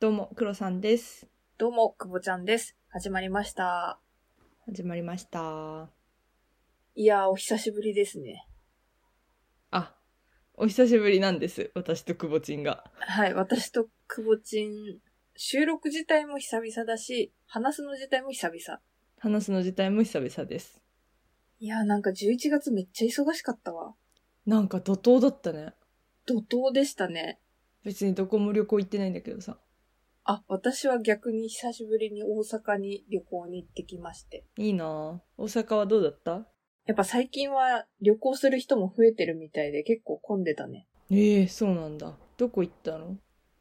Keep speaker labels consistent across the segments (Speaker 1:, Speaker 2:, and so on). Speaker 1: どうも、黒さんです。
Speaker 2: どうも、くぼちゃんです。始まりました。
Speaker 1: 始まりました。
Speaker 2: いやー、お久しぶりですね。
Speaker 1: あ、お久しぶりなんです。私とくぼちんが。
Speaker 2: はい、私とくぼちん、収録自体も久々だし、話すの自体も久々。
Speaker 1: 話すの自体も久々です。
Speaker 2: いやー、なんか11月めっちゃ忙しかったわ。
Speaker 1: なんか怒涛だったね。
Speaker 2: 怒涛でしたね。
Speaker 1: 別にどこも旅行行ってないんだけどさ。
Speaker 2: あ、私は逆に久しぶりに大阪に旅行に行ってきまして。
Speaker 1: いいなぁ。大阪はどうだった
Speaker 2: やっぱ最近は旅行する人も増えてるみたいで結構混んでたね。
Speaker 1: ええそうなんだ。どこ行ったの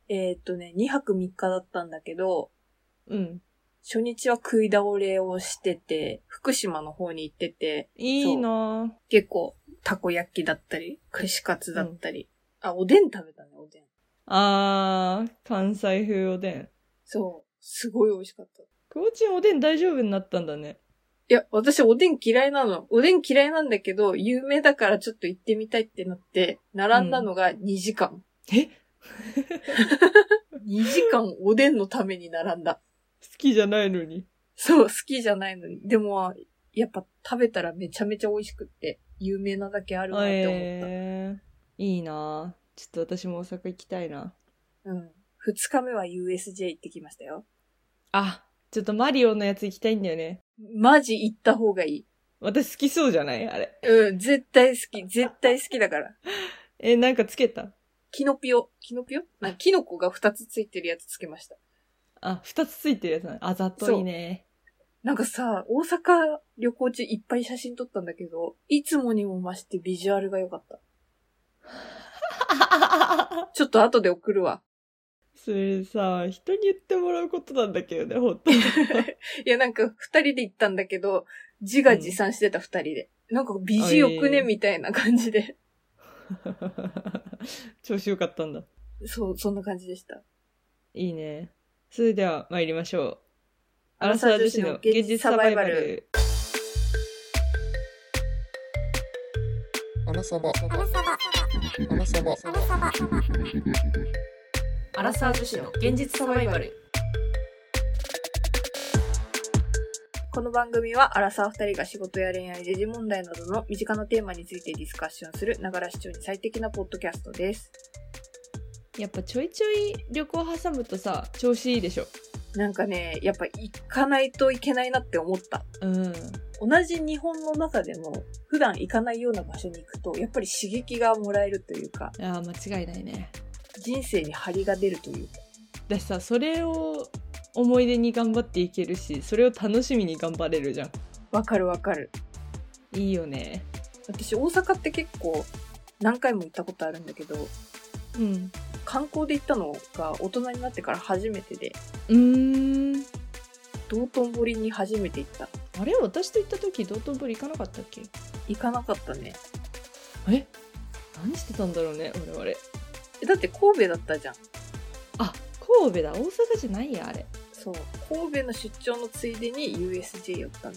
Speaker 2: えー、っとね、2泊3日だったんだけど、
Speaker 1: うん。
Speaker 2: 初日は食い倒れをしてて、福島の方に行ってて、
Speaker 1: いいなぁ。
Speaker 2: 結構、たこ焼きだったり、串カツだったり、あ、おでん食べたね、おでん。
Speaker 1: あー、関西風おでん。
Speaker 2: そう。すごい美味しかった。い
Speaker 1: くぼちんおでん大丈夫になったんだね。
Speaker 2: や、私おでん嫌いなの。おでん嫌いなんだけど、有名だからちょっと行ってみたいってなって、並んだのが2時間。
Speaker 1: え
Speaker 2: 2時間おでんのために並んだ。
Speaker 1: 好きじゃないのに。
Speaker 2: そう、好きじゃないのに。でも、やっぱ食べたらめちゃめちゃ美味しくって、有名なだけあるなって思った。
Speaker 1: えー、いいなぁ。ちょっと私も大阪行きたいな。
Speaker 2: うん。二日目は USJ 行ってきましたよ。
Speaker 1: あ、ちょっとマリオのやつ行きたいんだよね。
Speaker 2: マジ行った方がいい。
Speaker 1: 私好きそうじゃないあれ。
Speaker 2: うん、絶対好き、絶対好きだから。
Speaker 1: え、なんかつけた
Speaker 2: キノピオ、キノピオなキノコが2つついてるやつつけました。
Speaker 1: あ、二つついてるやつなのあざといね。
Speaker 2: なんかさ、大阪旅行中いっぱい写真撮ったんだけど、いつもにも増してビジュアルが良かった。 ちょっと後で送るわ。
Speaker 1: それさ、人に言ってもらうことなんだけどね、本当に。
Speaker 2: いや、なんか2人で行ったんだけど、自画自賛してた2人で。なんか美人よ
Speaker 1: あ
Speaker 2: く
Speaker 1: いい
Speaker 2: ねみたいな感じで。
Speaker 1: 調子よかったんだ。
Speaker 2: そう、そんな感じでした。
Speaker 1: いいね。それでは参りましょう。ア
Speaker 2: ア
Speaker 1: ラ
Speaker 2: ラ
Speaker 1: サ
Speaker 2: サ
Speaker 1: ー
Speaker 2: ー
Speaker 1: 女
Speaker 2: 女
Speaker 1: 子
Speaker 2: 子
Speaker 1: の
Speaker 2: の
Speaker 1: 現
Speaker 2: 現
Speaker 1: 実
Speaker 2: 実
Speaker 1: サ
Speaker 2: サ
Speaker 1: バ
Speaker 2: バ
Speaker 1: イ
Speaker 2: イ
Speaker 1: バ
Speaker 2: バ
Speaker 1: ル
Speaker 2: ル。
Speaker 3: アラサバ。アラサバ。アラサバ。
Speaker 1: アラサー女子の現実サバイバル。
Speaker 2: この番組は、アラサー二人が仕事や恋愛、時事問題などの身近なテーマについてディスカッションする、ながら視聴に最適なポッドキャストです。
Speaker 1: やっぱちょいちょい旅行挟むとさ、調子いいでしょ。
Speaker 2: なんかね、やっぱ行かないといけないなって思った。
Speaker 1: うん。
Speaker 2: 同じ日本の中でも、普段行かないような場所に行くと、やっぱり刺激がもらえるというか、
Speaker 1: ああ、間違いないね。
Speaker 2: 人生に張りが出るというか。
Speaker 1: だしさそれを思い出に頑張っていけるしそれを楽しみに頑張れるじゃん
Speaker 2: わかるわかる。
Speaker 1: いいよね
Speaker 2: 私、大阪って結構、何回も行ったことあるんだけど、
Speaker 1: うん
Speaker 2: 観光で行ったのが大人になってから初めてで、
Speaker 1: うーん
Speaker 2: 道頓堀に初めて行った。
Speaker 1: あれ私と行った時道頓堀行かなかったっけ
Speaker 2: 行かなかったね。
Speaker 1: え何してたんだろうね我々
Speaker 2: えだって神戸だったじゃん。
Speaker 1: あ神戸だ大阪じゃないやあれ
Speaker 2: そう。神戸の出張のついでに USJ 寄ったの。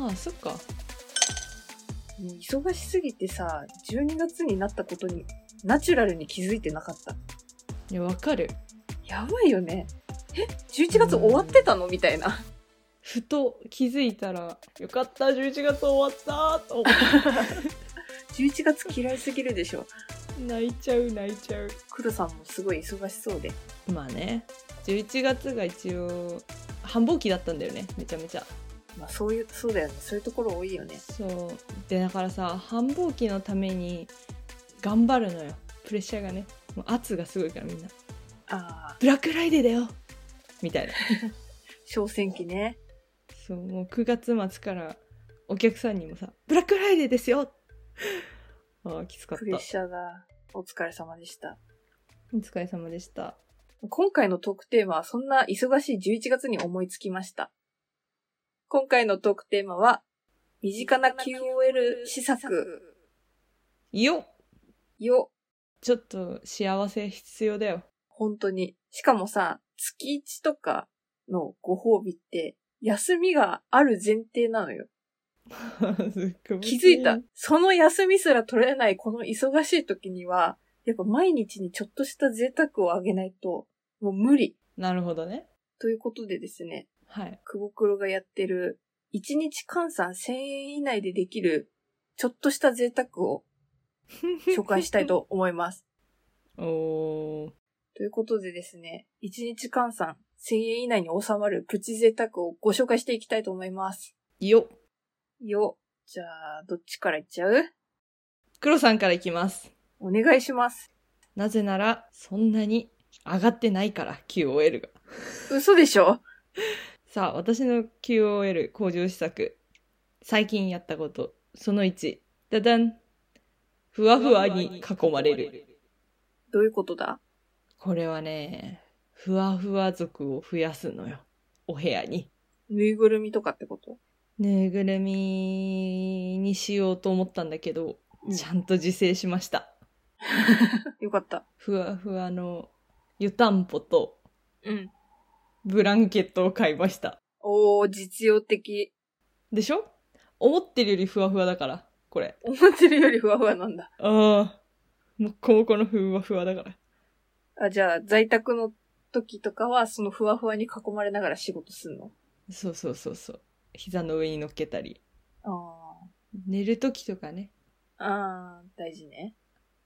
Speaker 2: も
Speaker 1: ああそっか
Speaker 2: う忙しすぎてさ、12月になったことに、ナチュラルに気づいてなかった。
Speaker 1: いやわかる
Speaker 2: やばいよね。え ?11 月終わってたのみたいな。
Speaker 1: ふと気づいたらよかった11月終わったと思っ
Speaker 2: 11月嫌いすぎるでしょ。
Speaker 1: て泣いちゃう泣いちゃう
Speaker 2: 黒さんもすごい忙しそうで。
Speaker 1: まあね11月が一応繁忙期だったんだよねめちゃめちゃ
Speaker 2: まあそういう、そうだよね。そういうところ多いよね。
Speaker 1: そうでだからさ繁忙期のために頑張るのよプレッシャーがねもう圧がすごいからみんな
Speaker 2: ああ、
Speaker 1: ブラックフライデーだよみたいな
Speaker 2: 小戦期ね。
Speaker 1: そうもう9月末からお客さんにもさ「ブラックフライデーですよ!」あーきつかっ
Speaker 2: プレッ
Speaker 1: た
Speaker 2: シャーだ。お疲れ様でした。
Speaker 1: お疲れ様でした
Speaker 2: 今回のトークテーマはそんな忙しい11月に思いつきました。今回のトークテーマは、身近な QOL 施策
Speaker 1: よっ
Speaker 2: よ、
Speaker 1: ちょっと幸せ必要だよ
Speaker 2: 本当に。しかもさ、月1とかのご褒美って、休みがある前提なのよ。気づいた。その休みすら取れないこの忙しい時には、やっぱ毎日にちょっとした贅沢をあげないと、もう無理。
Speaker 1: なるほどね。
Speaker 2: ということでですね、
Speaker 1: はい。
Speaker 2: クボクロがやってる、1日換算1000円以内でできる、ちょっとした贅沢 を紹介したいと思います。
Speaker 1: おー。
Speaker 2: ということでですね、1日換算1000円以内に収まるプチ贅沢をご紹介していきたいと思います。
Speaker 1: よっ。
Speaker 2: よ。じゃあ、どっちからいっちゃう
Speaker 1: 黒さんからいきます。
Speaker 2: お願いします。
Speaker 1: なぜなら、そんなに上がってないから、QOL が。
Speaker 2: 嘘でしょ
Speaker 1: さあ、私の QOL 向上施策。最近やったこと、その1。ダダン。ふわふわに囲まれる。
Speaker 2: どういうことだ
Speaker 1: これはね、ふわふわ族を増やすのよ。お部屋に。
Speaker 2: ぬいぐるみとかってこと
Speaker 1: ぬいぐるみにしようと思ったんだけど、
Speaker 2: うん
Speaker 1: ちゃんと自制しました。
Speaker 2: よかった。
Speaker 1: ふわふわの湯たんぽと
Speaker 2: うん。
Speaker 1: ブランケットを買いました。
Speaker 2: おー、実用的。
Speaker 1: でしょ思ってるよりふわふわだから、これ。
Speaker 2: 思ってるよりふわふわなんだ。
Speaker 1: ああ、もっこもこのふわふわだから。
Speaker 2: あ、じゃあ、在宅の時とかは、そのふわふわに囲まれながら仕事すんの
Speaker 1: そうそうそうそう。膝の上に乗っけたり。
Speaker 2: あ
Speaker 1: 寝るときとかね、
Speaker 2: あ。ああ、大事ね。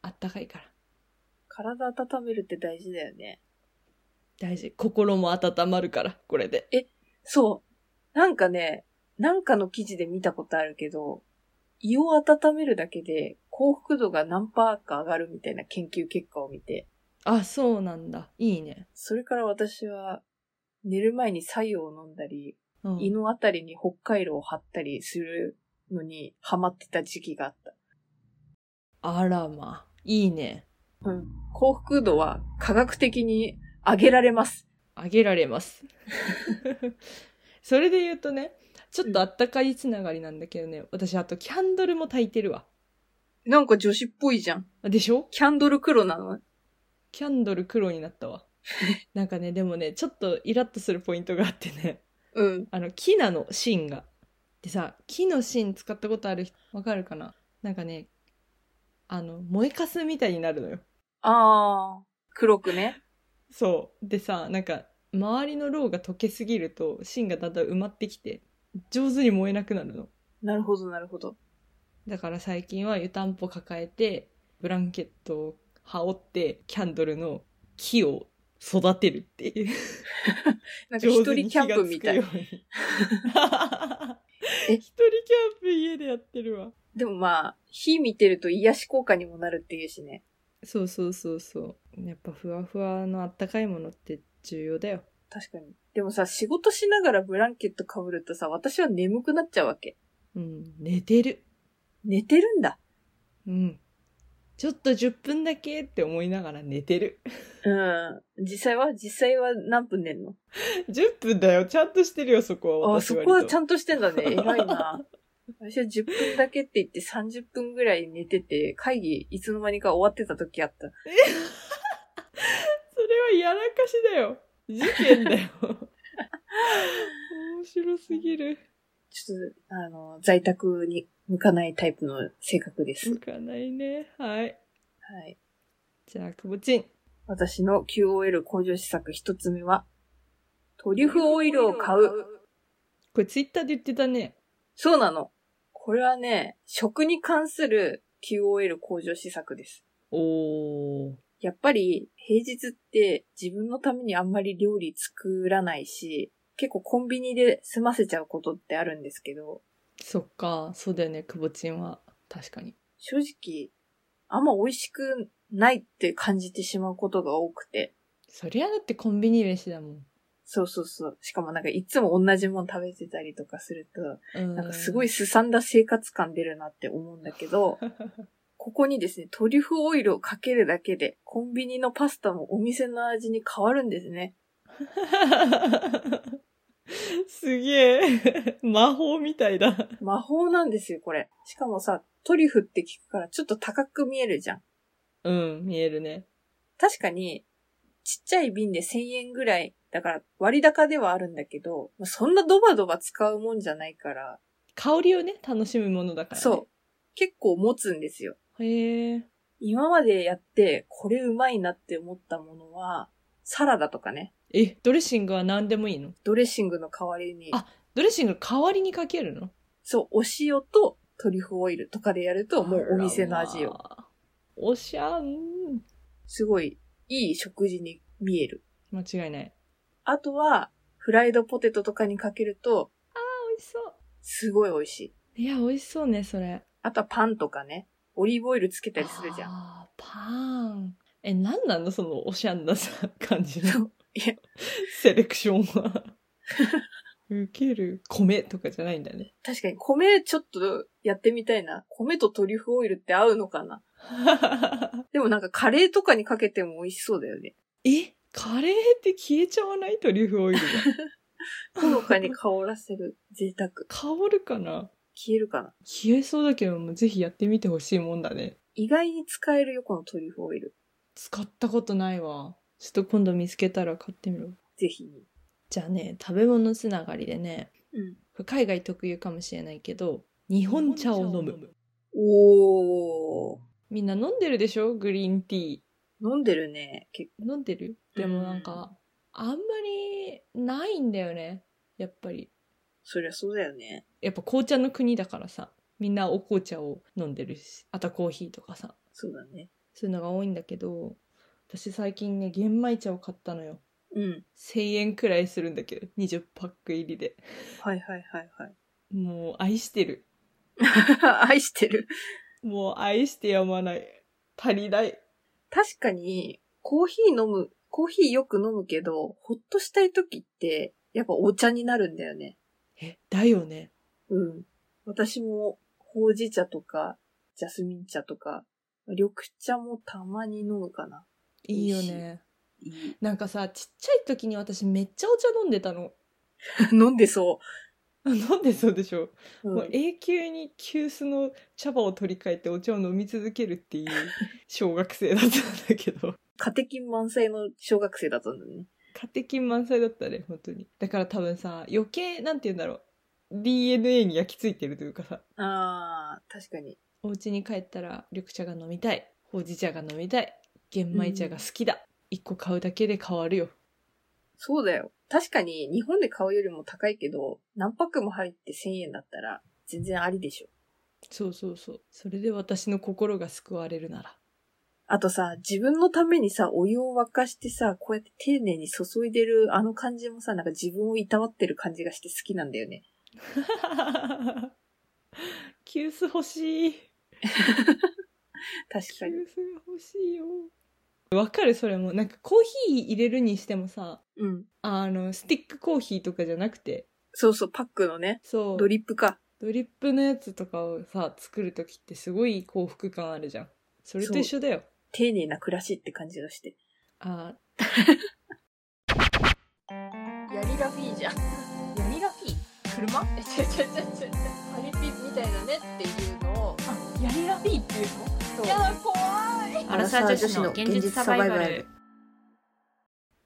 Speaker 1: あったかいから。
Speaker 2: 体温めるって大事だよね。
Speaker 1: 大事。心も温まるから、これで。
Speaker 2: そう。なんかね、なんかの記事で見たことあるけど、胃を温めるだけで幸福度が何パーか上がるみたいな研究結果を見て、
Speaker 1: あ、そうなんだ。いいね。
Speaker 2: それから私は寝る前に白湯を飲んだり、
Speaker 1: うん
Speaker 2: 胃のあたりに北海道を張ったりするのにハマってた時期があった。
Speaker 1: あらまあ、いいね。
Speaker 2: うん。幸福度は科学的に上げられます。
Speaker 1: あげられ ます。それで言うとね、ちょっとあったかいつながりなんだけどね、私あとキャンドルも焚いてるわ。
Speaker 2: なんか女子っぽいじゃん。
Speaker 1: でしょ
Speaker 2: キャンドル黒なの
Speaker 1: キャンドル黒になったわ。なんかね、でもね、ちょっとイラッとするポイントがあってね、
Speaker 2: うん。
Speaker 1: あの、木なの、芯が。でさ、木の芯使ったことある人、わかるかななんかね、あの、燃えかすみたいになるのよ。
Speaker 2: ああ、黒くね。
Speaker 1: そう。でさ、なんか、周りのロウが溶けすぎると、芯がだんだん埋まってきて、上手に燃えなくなるの。
Speaker 2: なるほど、なるほど。
Speaker 1: だから最近は湯たんぽ抱えて、ブランケットを羽織って、キャンドルの木を育てるっていう。
Speaker 2: なんか一人キャンプみたい。 え
Speaker 1: 一人キャンプ家でやってるわ。
Speaker 2: でもまあ、火見てると癒し効果にもなるっていうしね。
Speaker 1: そうそうそうそう。やっぱふわふわのあったかいものって重要だよ。
Speaker 2: 確かに。でもさ、仕事しながらブランケット被るとさ、私は眠くなっちゃうわけ。
Speaker 1: うん、寝てる。
Speaker 2: 寝てるんだ。
Speaker 1: うん。ちょっと10分だけって思いながら寝てる。
Speaker 2: うん。実際は実際は何分寝んの
Speaker 1: 10分だよ。ちゃんとしてるよ、そこは。
Speaker 2: あ、
Speaker 1: 私
Speaker 2: そ
Speaker 1: 割
Speaker 2: ことはちゃんとして んだね。偉いな。私は10分だけって言って30分ぐらい寝てて、会議いつの間にか終わってた時あった。
Speaker 1: それはやらかしだよ。事件だよ。 面白すぎる。
Speaker 2: ちょっと、あの、在宅に向かないタイプの性格です。
Speaker 1: 向かないね。はい。
Speaker 2: はい。
Speaker 1: じゃあ、くぼちん。
Speaker 2: 私の QOL 向上施策一つ目は、トリュフオイルを買う。
Speaker 1: これツイッターで言ってたね。
Speaker 2: そうなの。これはね、食に関する QOL 向上施策です。
Speaker 1: おー。
Speaker 2: やっぱり平日って自分のためにあんまり料理作らないし、結構コンビニで済ませちゃうことってあるんですけど、
Speaker 1: そっか、そうだよね、くぼちんは。確かに。
Speaker 2: 正直、あんま美味しくないって感じてしまうことが多くて、
Speaker 1: そりゃだってコンビニ飯だもん。
Speaker 2: そうそうそう。しかもなんかいつも同じもん食べてたりとかすると、
Speaker 1: うん
Speaker 2: なんかす ごい。すさんだ生活感出るなって思うんだけど、ここにですね、トリュフオイルをかけるだけで、コンビニのパスタもお店の味に変わるんですね。
Speaker 1: すげえ。 魔法みたいだ。
Speaker 2: 魔法なんですよ、これ。しかもさ、トリュフって聞くからちょっと高く見えるじゃん。
Speaker 1: うん、見えるね。
Speaker 2: 確かに、ちっちゃい瓶で1000円ぐらい、だから割高ではあるんだけど、まあそんなドバドバ使うもんじゃないから、
Speaker 1: 香りをね、楽しむものだから、ね。
Speaker 2: そう。結構持つんですよ。
Speaker 1: う。へえ。
Speaker 2: 今までやって、これうまいなって思ったものは、サラダとかね。
Speaker 1: え、ドレッシングは何でもいいの
Speaker 2: ドレッシングの代わりに、
Speaker 1: あドレッシング代わりにかけるの
Speaker 2: そう、お塩とトリュフオイルとかでやると、もうお店の味よ。
Speaker 1: あらまあおしゃん。
Speaker 2: すごい、いい食事に見える。
Speaker 1: 間違いない。
Speaker 2: あとは、フライドポテトとかにかけると、
Speaker 1: 美味しそう。
Speaker 2: すごい美味しい。
Speaker 1: いや、美味しそうね、それ。
Speaker 2: あとはパンとかね、オリーブオイルつけたりするじゃん。
Speaker 1: あーパン。え、なんなのそのおしゃんなさ、感じ
Speaker 2: そ
Speaker 1: の
Speaker 2: う。いや
Speaker 1: セレクションは。ウケる。米とかじゃないんだね。
Speaker 2: 確かに米ちょっとやってみたいな。米とトリュフオイルって合うのかなでもなんかカレーとかにかけても美味しそうだよね。
Speaker 1: えカレーって消えちゃわないトリュフオイルが。
Speaker 2: ほのかに香らせる贅沢。
Speaker 1: 香るかな
Speaker 2: 消えるかな
Speaker 1: 消えそうだけども、ぜひやってみてほしいもんだね。
Speaker 2: 意外に使えるよ、このトリュフオイル。
Speaker 1: 使ったことないわ。ちょっと今度見つけたら買ってみろ。
Speaker 2: ぜひに。
Speaker 1: じゃあね、食べ物つながりでね、
Speaker 2: うん。
Speaker 1: これ海外特有かもしれないけど、日本茶を飲む。
Speaker 2: おー。
Speaker 1: みんな飲んでるでしょグリーンティー。
Speaker 2: 飲んでるね。結
Speaker 1: 飲んでるでもなんか、あんまりないんだよね。やっぱり。
Speaker 2: そりゃそうだよね。
Speaker 1: やっぱ紅茶の国だからさ。みんなお紅茶を飲んでるし、あとはコーヒーとかさ。
Speaker 2: そうだね。
Speaker 1: そういうのが多いんだけど、私最近ね、玄米茶を買ったのよ。
Speaker 2: うん。
Speaker 1: 1000円くらいするんだけど、20パック入りで。
Speaker 2: はいはいはいはい。
Speaker 1: もう愛してる。
Speaker 2: 愛してる。
Speaker 1: もう愛してやまない。足りない。
Speaker 2: 確かに、コーヒー飲む、コーヒーよく飲むけど、ほっとしたい時って、やっぱお茶になるんだよね。
Speaker 1: え、だよね。
Speaker 2: うん。私も、ほうじ茶とか、ジャスミン茶とか、緑茶もたまに飲むかな。
Speaker 1: いいよね。
Speaker 2: いい
Speaker 1: なんかさ、ちっちゃい時に私めっちゃお茶飲んでたの。
Speaker 2: 飲んでそ
Speaker 1: 飲んでそうでしょ、
Speaker 2: う。うん
Speaker 1: もう永久に急須の茶葉を取り替えてお茶を飲み続けるって いう小学生だったんだけど。
Speaker 2: カテキン満載の小学生だったんだね。
Speaker 1: カテキン満載だったね、本当に。だから多分さ、余計、なんて言うんだろう。DNA に焼き付いてるというかさ。
Speaker 2: ああ、確かに。
Speaker 1: お家に帰ったら緑茶が飲みたいほうじ茶が飲みたい玄米茶が好きだ、一個買うだけで変わるよ
Speaker 2: そうだよ。確かに日本で買うよりも高いけど、何パックも入って1000円だったら全然ありでしょ。
Speaker 1: そうそうそうそれで私の心が救われるなら
Speaker 2: あとさ、自分のためにさ、お湯を沸かしてさ、こうやって丁寧に注いでるあの感じもさ、なんか自分をいたわってる感じがして好きなんだよね。
Speaker 1: 急須欲しい
Speaker 2: 確
Speaker 1: 急
Speaker 2: か
Speaker 1: 須
Speaker 2: に。
Speaker 1: が欲しいよわかるそれもなんかコーヒー入れるにしてもさ
Speaker 2: うん。
Speaker 1: あのスティックコーヒーとかじゃなくて
Speaker 2: そうそう、パックのね、
Speaker 1: そう
Speaker 2: ドリップか。
Speaker 1: ドリップのやつとかをさ作る時ってすごい幸福感あるじゃんそれと一緒だよ
Speaker 2: 丁寧な暮らしって感じがして。
Speaker 1: あ
Speaker 2: ヤリラフィーじゃん。ヤリラフィー車え、ちょちょちょちょ。パリピみたいだねっていうのを、
Speaker 1: あヤリラフィーっていう
Speaker 2: そう
Speaker 1: だ怖い
Speaker 2: アラサー女子の現実サバイバル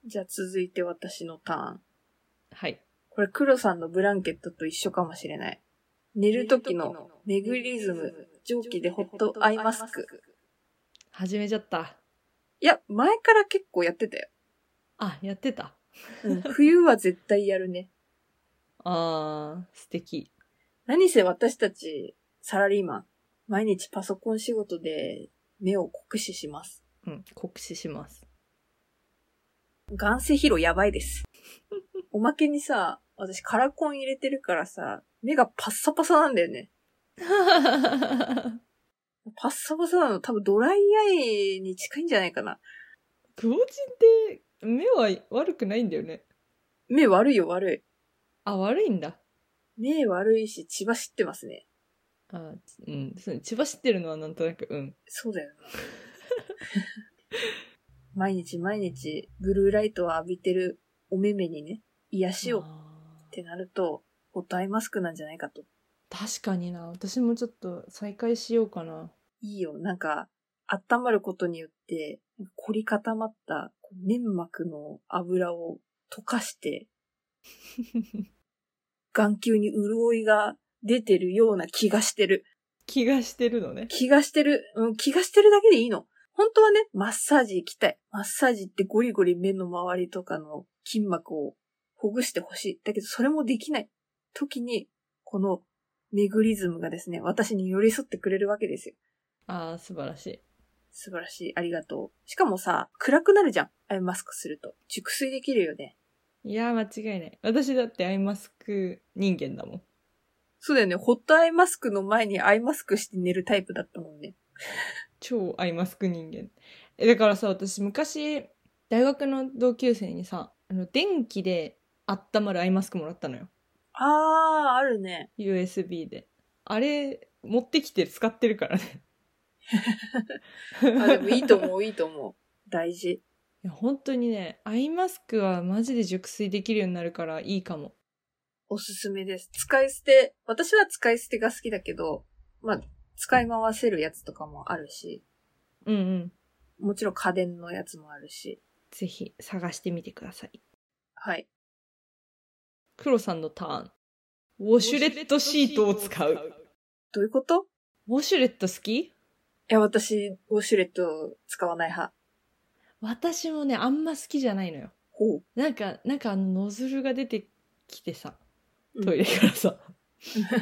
Speaker 2: じゃあ続いて私のターン。
Speaker 1: はい
Speaker 2: これ黒さんのブランケットと一緒かもしれない。寝る時のメグリズム、蒸気でホットアイマスク。
Speaker 1: 始めちゃった
Speaker 2: いや、前から結構やってたよ。
Speaker 1: あやってた
Speaker 2: 冬は絶対やるね。
Speaker 1: あー素敵
Speaker 2: 何せ私たち、サラリーマン、毎日パソコン仕事で目を酷使します。
Speaker 1: うん酷使し ます
Speaker 2: 眼性疲労やばいです。おまけにさ、私カラコン入れてるからさ、目がパッサパサなんだよね。パッサパサなの多分ドライアイに近いんじゃないかな。
Speaker 1: クボチンって目は悪くないんだよね
Speaker 2: 目悪いよ悪い。
Speaker 1: あ悪いんだ
Speaker 2: 目悪いし、血走ってますね。
Speaker 1: あうんそう千葉知ってるのはなんとなくうん
Speaker 2: そうだよな。 毎日毎日、ブルーライトを浴びてるお目目にね、癒しをっ
Speaker 1: あー
Speaker 2: てなると、ホットアイマスクなんじゃないかと。
Speaker 1: 確かにな私もちょっと再開しようかない
Speaker 2: いよ。なんか、温まることによって、凝り固まったこう粘膜の油を溶かして、眼球に潤いが出てるような気がしてる。
Speaker 1: 気がしてるのね
Speaker 2: 気がしてる、うん、気がしてるだけでいいの。本当はね、マッサージ行きたい。マッサージってゴリゴリ目の周りとかの筋膜をほぐしてほしい。だけどそれもできない時に、このメグリズムがですね、私に寄り添ってくれるわけですよ。
Speaker 1: ああ、素晴らしい。
Speaker 2: 素晴らしい。ありがとう。しかもさ、暗くなるじゃん。アイマスクすると。熟睡できるよね。
Speaker 1: いやー、間違いない。私だってアイマスク人間だもん。
Speaker 2: そうだよね。ホットアイマスクの前にアイマスクして寝るタイプだったもんね。
Speaker 1: 超アイマスク人間。え、だからさ、私昔、大学の同級生にさ、あの、電気で温まるアイマスクもらったのよ。
Speaker 2: あー、あるね。
Speaker 1: USB で。あれ、持ってきて使ってるからね。
Speaker 2: あ、でもいいと思う、いいと思う。大事。
Speaker 1: いや、本当にね、アイマスクはマジで熟睡できるようになるからいいかも。
Speaker 2: おすすめです。使い捨て、私は使い捨てが好きだけど、まあ、使い回せるやつとかもあるし、
Speaker 1: うんうん。
Speaker 2: もちろん家電のやつもあるし。
Speaker 1: ぜひ探してみてください。
Speaker 2: はい。
Speaker 1: 黒さんのターン。ウォシュレットシートを使う。
Speaker 2: どういうこと
Speaker 1: ウォシュレット好き
Speaker 2: いや、私、ウォシュレット使わない派。
Speaker 1: 私もね、あんま好きじゃないのよ。
Speaker 2: ほう。
Speaker 1: なんか、なんかあのノズルが出てきてさ、
Speaker 2: うん
Speaker 1: トイレからさ。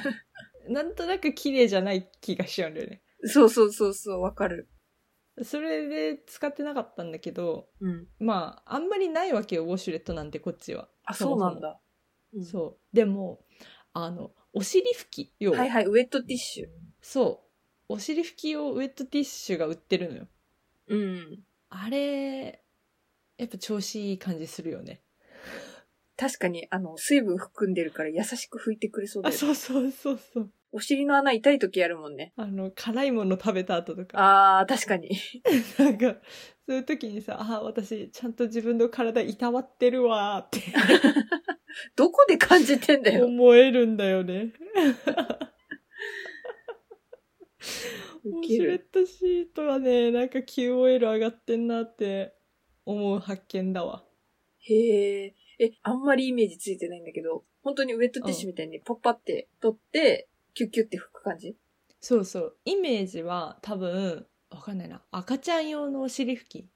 Speaker 1: なんとなく綺麗じゃない気がしちゃうんだよね。
Speaker 2: そうそうそうそう、わかる。
Speaker 1: それで使ってなかったんだけど、
Speaker 2: うん。
Speaker 1: まあ、あんまりないわけよ、ウォシュレットなんてこっちは。
Speaker 2: あ、
Speaker 1: も
Speaker 2: そう
Speaker 1: も
Speaker 2: なん。だ。うん
Speaker 1: そう。でも、あの、お尻拭き、要は
Speaker 2: はいはい、ウェットティッシュ。
Speaker 1: そう。お尻拭き用ウェットティッシュが売ってるのよ。
Speaker 2: うん。
Speaker 1: あれ、やっぱ調子いい感じするよね。
Speaker 2: 確かに、あの、水分含んでるから優しく拭いてくれそうだ
Speaker 1: あ、
Speaker 2: よ。
Speaker 1: そうそうそうそう。
Speaker 2: お尻の穴痛い時やるもんね。
Speaker 1: あの、辛いもの食べた後とか、
Speaker 2: あー、確かに。
Speaker 1: なんか、そういう時にさ、あー、私、ちゃんと自分の体いたわってるわーっ
Speaker 2: どこで感じてんだ
Speaker 1: て
Speaker 2: よ。
Speaker 1: 思えるんだよね。ウ
Speaker 2: ウ
Speaker 1: ォ
Speaker 2: ケ
Speaker 1: シュレッ
Speaker 2: る。
Speaker 1: トシートはね、なんか QOL 上がってんなって思う発見だわ。
Speaker 2: へえ。え、あんまりイメージついてないんだけど、本当にウェットティッシュみたいにパッパって取って、キュッキュッって拭く感じ
Speaker 1: そうそう。イメージは多分、わかんないな。赤ちゃん用のお尻拭き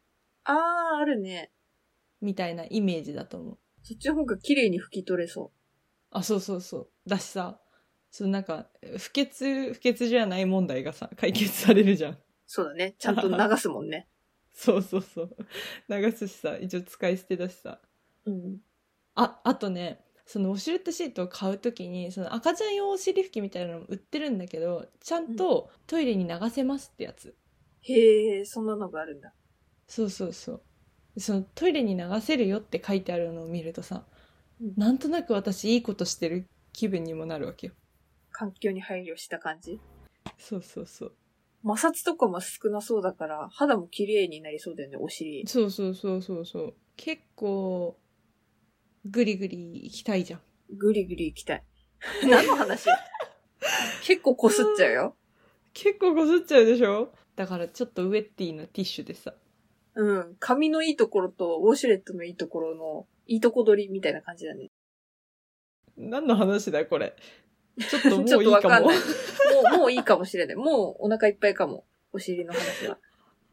Speaker 2: あー、あるね。
Speaker 1: みたいなイメージだと思う。
Speaker 2: そっちの方が綺麗に拭き取れそ
Speaker 1: あ、そうそうそう。だしさ、そのなんか、不潔、不潔じゃない問題がさ、解決されるじゃん。
Speaker 2: う。そうだね。ちゃんと流すもんね。
Speaker 1: そうそうそう。流すしさ、一応使い捨てだしさ。
Speaker 2: うん。
Speaker 1: あ、あとね、そのウォシュレットシートを買うときに、その赤ちゃん用お尻拭きみたいなのも売ってるんだけど、ちゃんとトイレに流せますってやつ。
Speaker 2: へえ、そんなのがあるんだ。
Speaker 1: そうそうそう。そのトイレに流せるよって書いてあるのを見るとさ
Speaker 2: うん、
Speaker 1: なんとなく私いいことしてる気分にもなるわけよ。
Speaker 2: 環境に配慮した感じ。
Speaker 1: そうそうそう。
Speaker 2: 摩擦とかも少なそうだから、肌も綺麗になりそうだよね、お尻。
Speaker 1: そうそうそうそうそう。結構、ぐりぐり行きたいじゃん。
Speaker 2: ぐりぐり行きたい。 何の話結構こすっちゃうよ。
Speaker 1: 結構こすっちゃうでしょだからちょっとウェッティなティッシュでさ。
Speaker 2: うん。髪のいいところと、ウォシュレットのいいところの、いいとこ取りみたいな感じだね。
Speaker 1: 何の話だよこれ。ちょっと
Speaker 2: ち
Speaker 1: も
Speaker 2: ょ
Speaker 1: うい
Speaker 2: っ
Speaker 1: い
Speaker 2: とわ
Speaker 1: か
Speaker 2: かん
Speaker 1: も
Speaker 2: ない。。もう、 もういいかもしれない。もうお腹いっぱいかも。お尻の話は。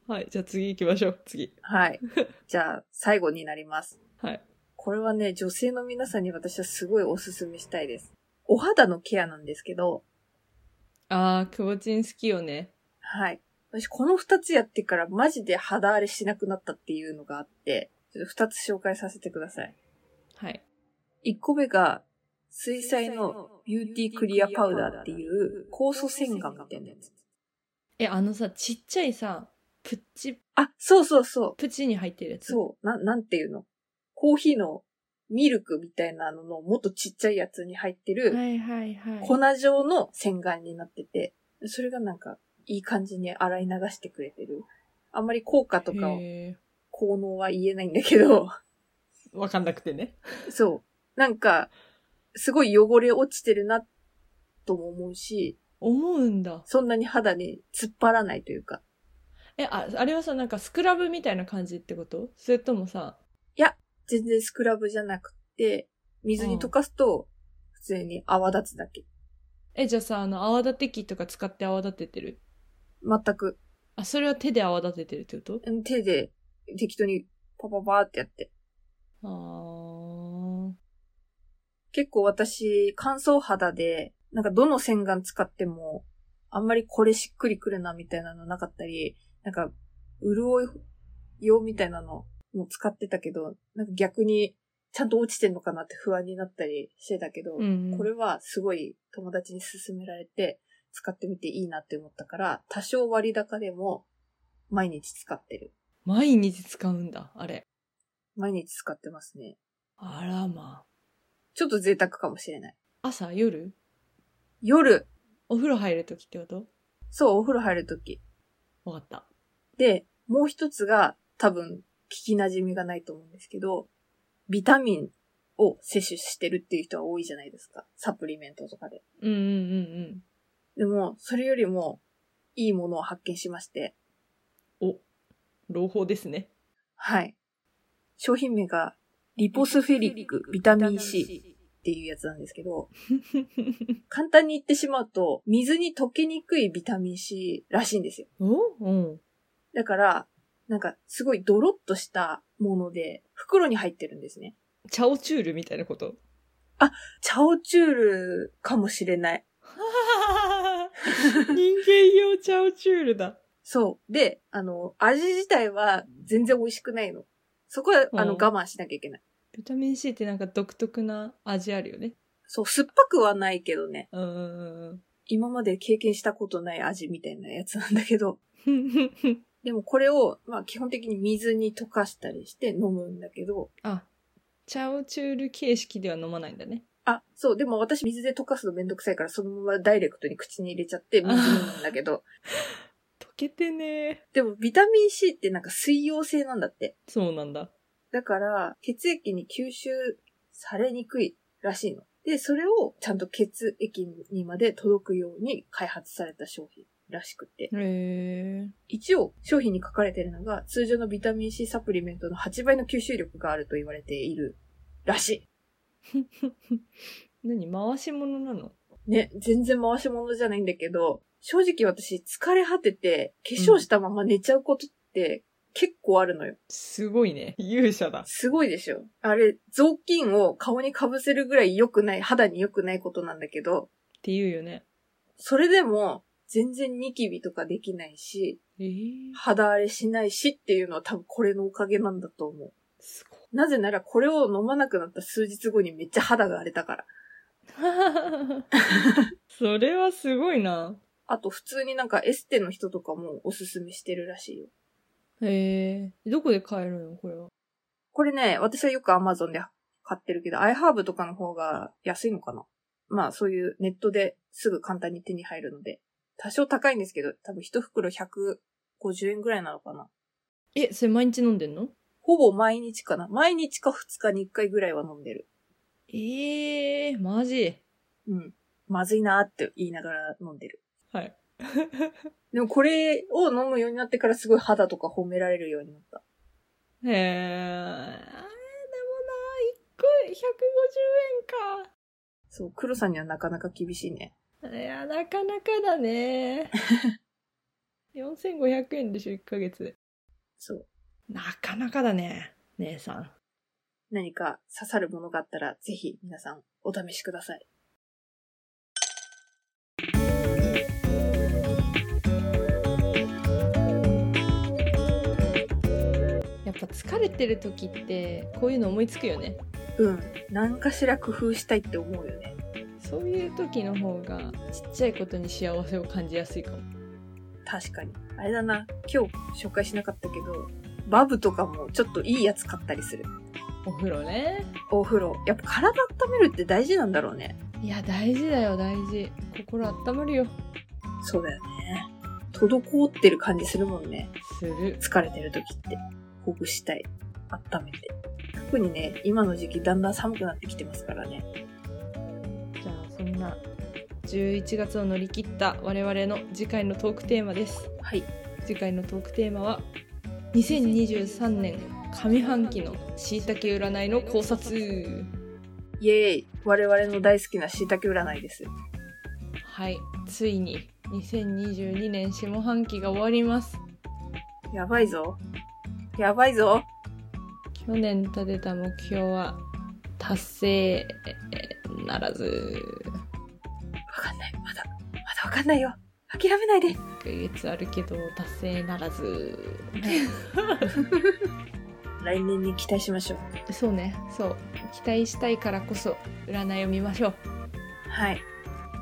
Speaker 1: はい、じゃあ次行きましょう。次。
Speaker 2: はい。じゃあ、最後になります。
Speaker 1: はい。
Speaker 2: これはね、女性の皆さんに私はすごいおすすめしたいです。お肌のケアなんですけど、
Speaker 1: あー、くぼちん好きよね。
Speaker 2: はい。私、この二つやってからマジで肌荒れしなくなったっていうのがあって、ちょっと二つ紹介させてください。
Speaker 1: はい。
Speaker 2: 一個目が、水
Speaker 4: 水
Speaker 2: 彩
Speaker 4: 彩
Speaker 2: の
Speaker 4: の
Speaker 2: ビ
Speaker 4: ビ
Speaker 2: ュ
Speaker 4: ュ
Speaker 2: ー
Speaker 4: ー
Speaker 2: テ
Speaker 4: テ
Speaker 2: ィ
Speaker 4: ィ
Speaker 2: ー
Speaker 4: ー
Speaker 2: ク
Speaker 4: ク
Speaker 2: リ
Speaker 4: リ
Speaker 2: ア
Speaker 4: ア
Speaker 2: パ
Speaker 4: パ
Speaker 2: ウ
Speaker 4: ウ
Speaker 2: ダ
Speaker 4: ダ
Speaker 2: ー
Speaker 4: ー
Speaker 2: っ
Speaker 4: ってて
Speaker 2: い
Speaker 4: いう
Speaker 2: 酵
Speaker 4: う酵
Speaker 2: 素
Speaker 4: 素
Speaker 2: 洗
Speaker 4: 洗
Speaker 2: 顔み
Speaker 4: 顔み
Speaker 2: た
Speaker 4: た
Speaker 2: いな
Speaker 4: いな
Speaker 2: や
Speaker 4: や
Speaker 2: つ
Speaker 4: つ。
Speaker 1: え、あのさ、ちっちゃいさ、プッチ、
Speaker 2: あ、そうそうそう。
Speaker 1: プチに入ってるやつ。
Speaker 2: そう、な、なんていうの。コーヒーのミルクみたいなののもっとちっちゃいやつに入って
Speaker 1: は
Speaker 2: る
Speaker 1: いはいはい。
Speaker 2: 粉状の洗顔になってて、それがなんかいい感じに洗い流してくれてる。あんまり効果とかを
Speaker 1: へ
Speaker 2: 効能は言えないんだけど、
Speaker 1: ーわかんなくてね。
Speaker 2: そう。なんか、すごい汚れ落ちてるな、とも思うし、
Speaker 1: 思うんだ。
Speaker 2: そんなに肌に突っ張らないというか。
Speaker 1: え、あ、あれはさ、なんかスクラブみたいな感じってことそれともさ、
Speaker 2: 全然スクラブじゃなくて、水に溶かすと、普通に泡立つだけ。
Speaker 1: え、じゃあさ、あの、泡立て器とか使って泡立ててる
Speaker 2: 全く、
Speaker 1: あ、それは手で泡立ててるってこと
Speaker 2: うん手で適当にパパパーってやって。
Speaker 1: あー。
Speaker 2: 結構私、乾燥肌で、なんかどの洗顔使っても、あんまりこれしっくりくるなみたいなのなかったり、なんか、潤い用みたいなのも使ってたけど、なんか逆に、ちゃんと落ちてんのかなって不安になったりしてたけど、
Speaker 1: うんうん
Speaker 2: これはすごい友達に勧められて、使ってみていいなって思ったから、多少割高でも、毎日使ってる。
Speaker 1: 毎日使うんだ、あれ。
Speaker 2: 毎日使ってますね。
Speaker 1: あらま
Speaker 2: ちょっと贅沢かもしれない。
Speaker 1: あ。朝、夜
Speaker 2: 夜、
Speaker 1: お風呂入るときってこと
Speaker 2: そう、お風呂入るとき。
Speaker 1: わかった。
Speaker 2: で、もう一つが多分聞き馴染みがないと思うんですけど、ビタミンを摂取してるっていう人は多いじゃないですか。サプリメントとかで。
Speaker 1: うんうんうん
Speaker 2: でも、それよりもいいものを発見しまして、
Speaker 1: うん。お、朗報ですね。
Speaker 2: はい。商品名がリポスフェリックビタミン C っていうやつなんですけど、簡単に言ってしまうと、水に溶けにくいビタミン C らしいんですよ。
Speaker 1: おうん。
Speaker 2: だから、なんかすごいドロッとしたもので、袋に入ってるんですね。
Speaker 1: チャオチュールみたいなこと。
Speaker 2: チャオチュールかもしれない。
Speaker 1: 人間用チャオチュールだ。
Speaker 2: そう。で、あの、味自体は全然美味しくないの。そこは、あの、
Speaker 1: うん
Speaker 2: 我慢しなきゃいけない。
Speaker 1: ビタミン C ってなんか独特な味あるよね。
Speaker 2: そう、酸っぱくはないけどね。
Speaker 1: うんうん
Speaker 2: 今まで経験したことない味みたいなやつなんだけど。
Speaker 1: うん。
Speaker 2: でもこれを、まあ基本的に水に溶かしたりして飲むんだけど、
Speaker 1: あ、チャオチュール形式では飲まないんだね。
Speaker 2: あ、そう、でも私水で溶かすのめんどくさいからそのままダイレクトに口に入れちゃって水飲むんだ けど、
Speaker 1: 溶けてね
Speaker 2: でもビタミン C ってなんか水溶性なんだって。
Speaker 1: そうなんだ。
Speaker 2: だから、血液に吸収されにくいらしいの。で、それをちゃんと血液にまで届くように開発された商品らしくて。
Speaker 1: へえ。
Speaker 2: 一応、商品に書かれてるのが、通常のビタミン C サプリメントの8倍の吸収力があると言われているらし
Speaker 1: 何回し物なの
Speaker 2: い。ね、全然回し物じゃないんだけど、正直私疲れ果てて、化粧したまま寝ちゃうことって結構あるのよ。
Speaker 1: すごいね。勇者だ。
Speaker 2: すごいでしょ。あれ、雑巾を顔に被せるぐらい良くない、肌に良くないことなんだけど、
Speaker 1: って言うよね。
Speaker 2: それでも、全然ニキビとかできないし、
Speaker 1: えー、
Speaker 2: 肌荒れしないしっていうのは多分これのおかげなんだと思
Speaker 1: すごい。
Speaker 2: う。なぜならこれを飲まなくなった数日後にめっちゃ肌が荒れたから。
Speaker 1: それはすごいな。
Speaker 2: あと普通になんかエステの人とかもおすすめしてるらしいよ。
Speaker 1: へえ。どこで買えるのこれは。
Speaker 2: これね、私はよく Amazon で買ってるけど、iHerb とかの方が安いのかなまあそういうネットですぐ簡単に手に入るので、多少高いんですけど、多分一袋150円ぐらいなのかな。
Speaker 1: え、それ毎日飲んでんの
Speaker 2: ほぼ毎日かな。毎日か2日に1回ぐらいは飲んでる。
Speaker 1: ええー、マジ。
Speaker 2: うん。まずいなーって言いながら飲んでる。
Speaker 1: はい。
Speaker 2: でもこれを飲むようになってからすごい肌とか褒められるようになった。
Speaker 1: へえ。でもな、1個150円か。
Speaker 2: そう、黒さんにはなかなか厳しいね。
Speaker 1: いや、なかなかだ ね。4500円でしょ、1ヶ月。
Speaker 2: そう。
Speaker 1: なかなかだね、姉さん。
Speaker 2: 何か刺さるものがあったら、ぜひ皆さんお試しください。
Speaker 1: やっぱ疲れてる時って、こういうの思いつくよね。
Speaker 2: うん。何かしら工夫したいって思うよね。
Speaker 1: そういう時の方が、ちっちゃいことに幸せを感じやすいかも。
Speaker 2: 確かに。あれだな。今日紹介しなかったけど、バブとかもちょっといいやつ買ったりする。
Speaker 1: お風呂ね。
Speaker 2: お風呂。やっぱ体温めるって大事なんだろうね。
Speaker 1: いや、大事だよ、大事。心温まるよ。
Speaker 2: そうだよね。滞ってる感じするもんね。
Speaker 1: する。
Speaker 2: 疲れてる時って。ほぐしたい。温めて。特にね、今の時期だんだん寒くなってきてますからね。
Speaker 1: じゃあ、そんな、11月を乗り切った我々の次回のトークテーマです。
Speaker 2: はい。
Speaker 1: 次回のトークテーマは2023年上半期のしいたけ占いの考察
Speaker 2: イエーイ。我々の大好きな椎茸占いです。
Speaker 1: はいついに2022年下半期が終わります
Speaker 2: やばいぞ。やばいぞ。
Speaker 1: 去年立てた目標は達成らず。
Speaker 2: わかんない。まだ、まだわかんないよ。諦めないで。
Speaker 1: 1ヶ月あるけど、達成ならず。
Speaker 2: 来年に期待しましょう。
Speaker 1: そうね、そう。期待したいからこそ、占いを見ましょう。
Speaker 2: はい。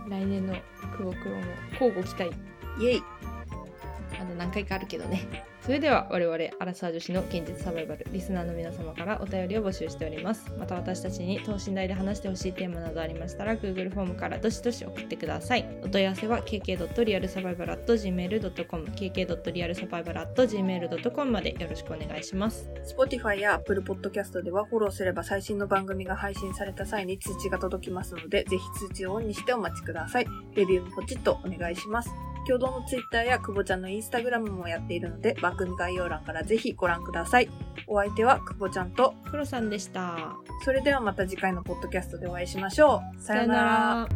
Speaker 1: 来年の久保九郎も交互期待。
Speaker 2: イェイ。
Speaker 1: あの何回かあるけどね。それでは我々アラサー女子の現実サバイバルリスナーの皆様からお便りを募集しております。また私たちに等身大で話してほしいテーマなどありましたら Google フォームからどしどし送ってください。お問い合わせは kk.realsurvival.gmail.com kk.realsurvival.gmail.com までよろしくお願いします。
Speaker 2: Spotify や Apple Podcast ではフォローすれば最新の番組が配信された際に通知が届きますので、ぜひ通知をオンにしてお待ちください。レビューもポチッとお願いします。共同の Twitter や久保ちゃんの Instagram もやっているので、番組概要欄からぜひご覧ください。お相手は久保ちゃんと、
Speaker 1: 黒さんでした。
Speaker 2: それではまた次回のポッドキャストでお会いしましょう。さようなら。
Speaker 1: ら。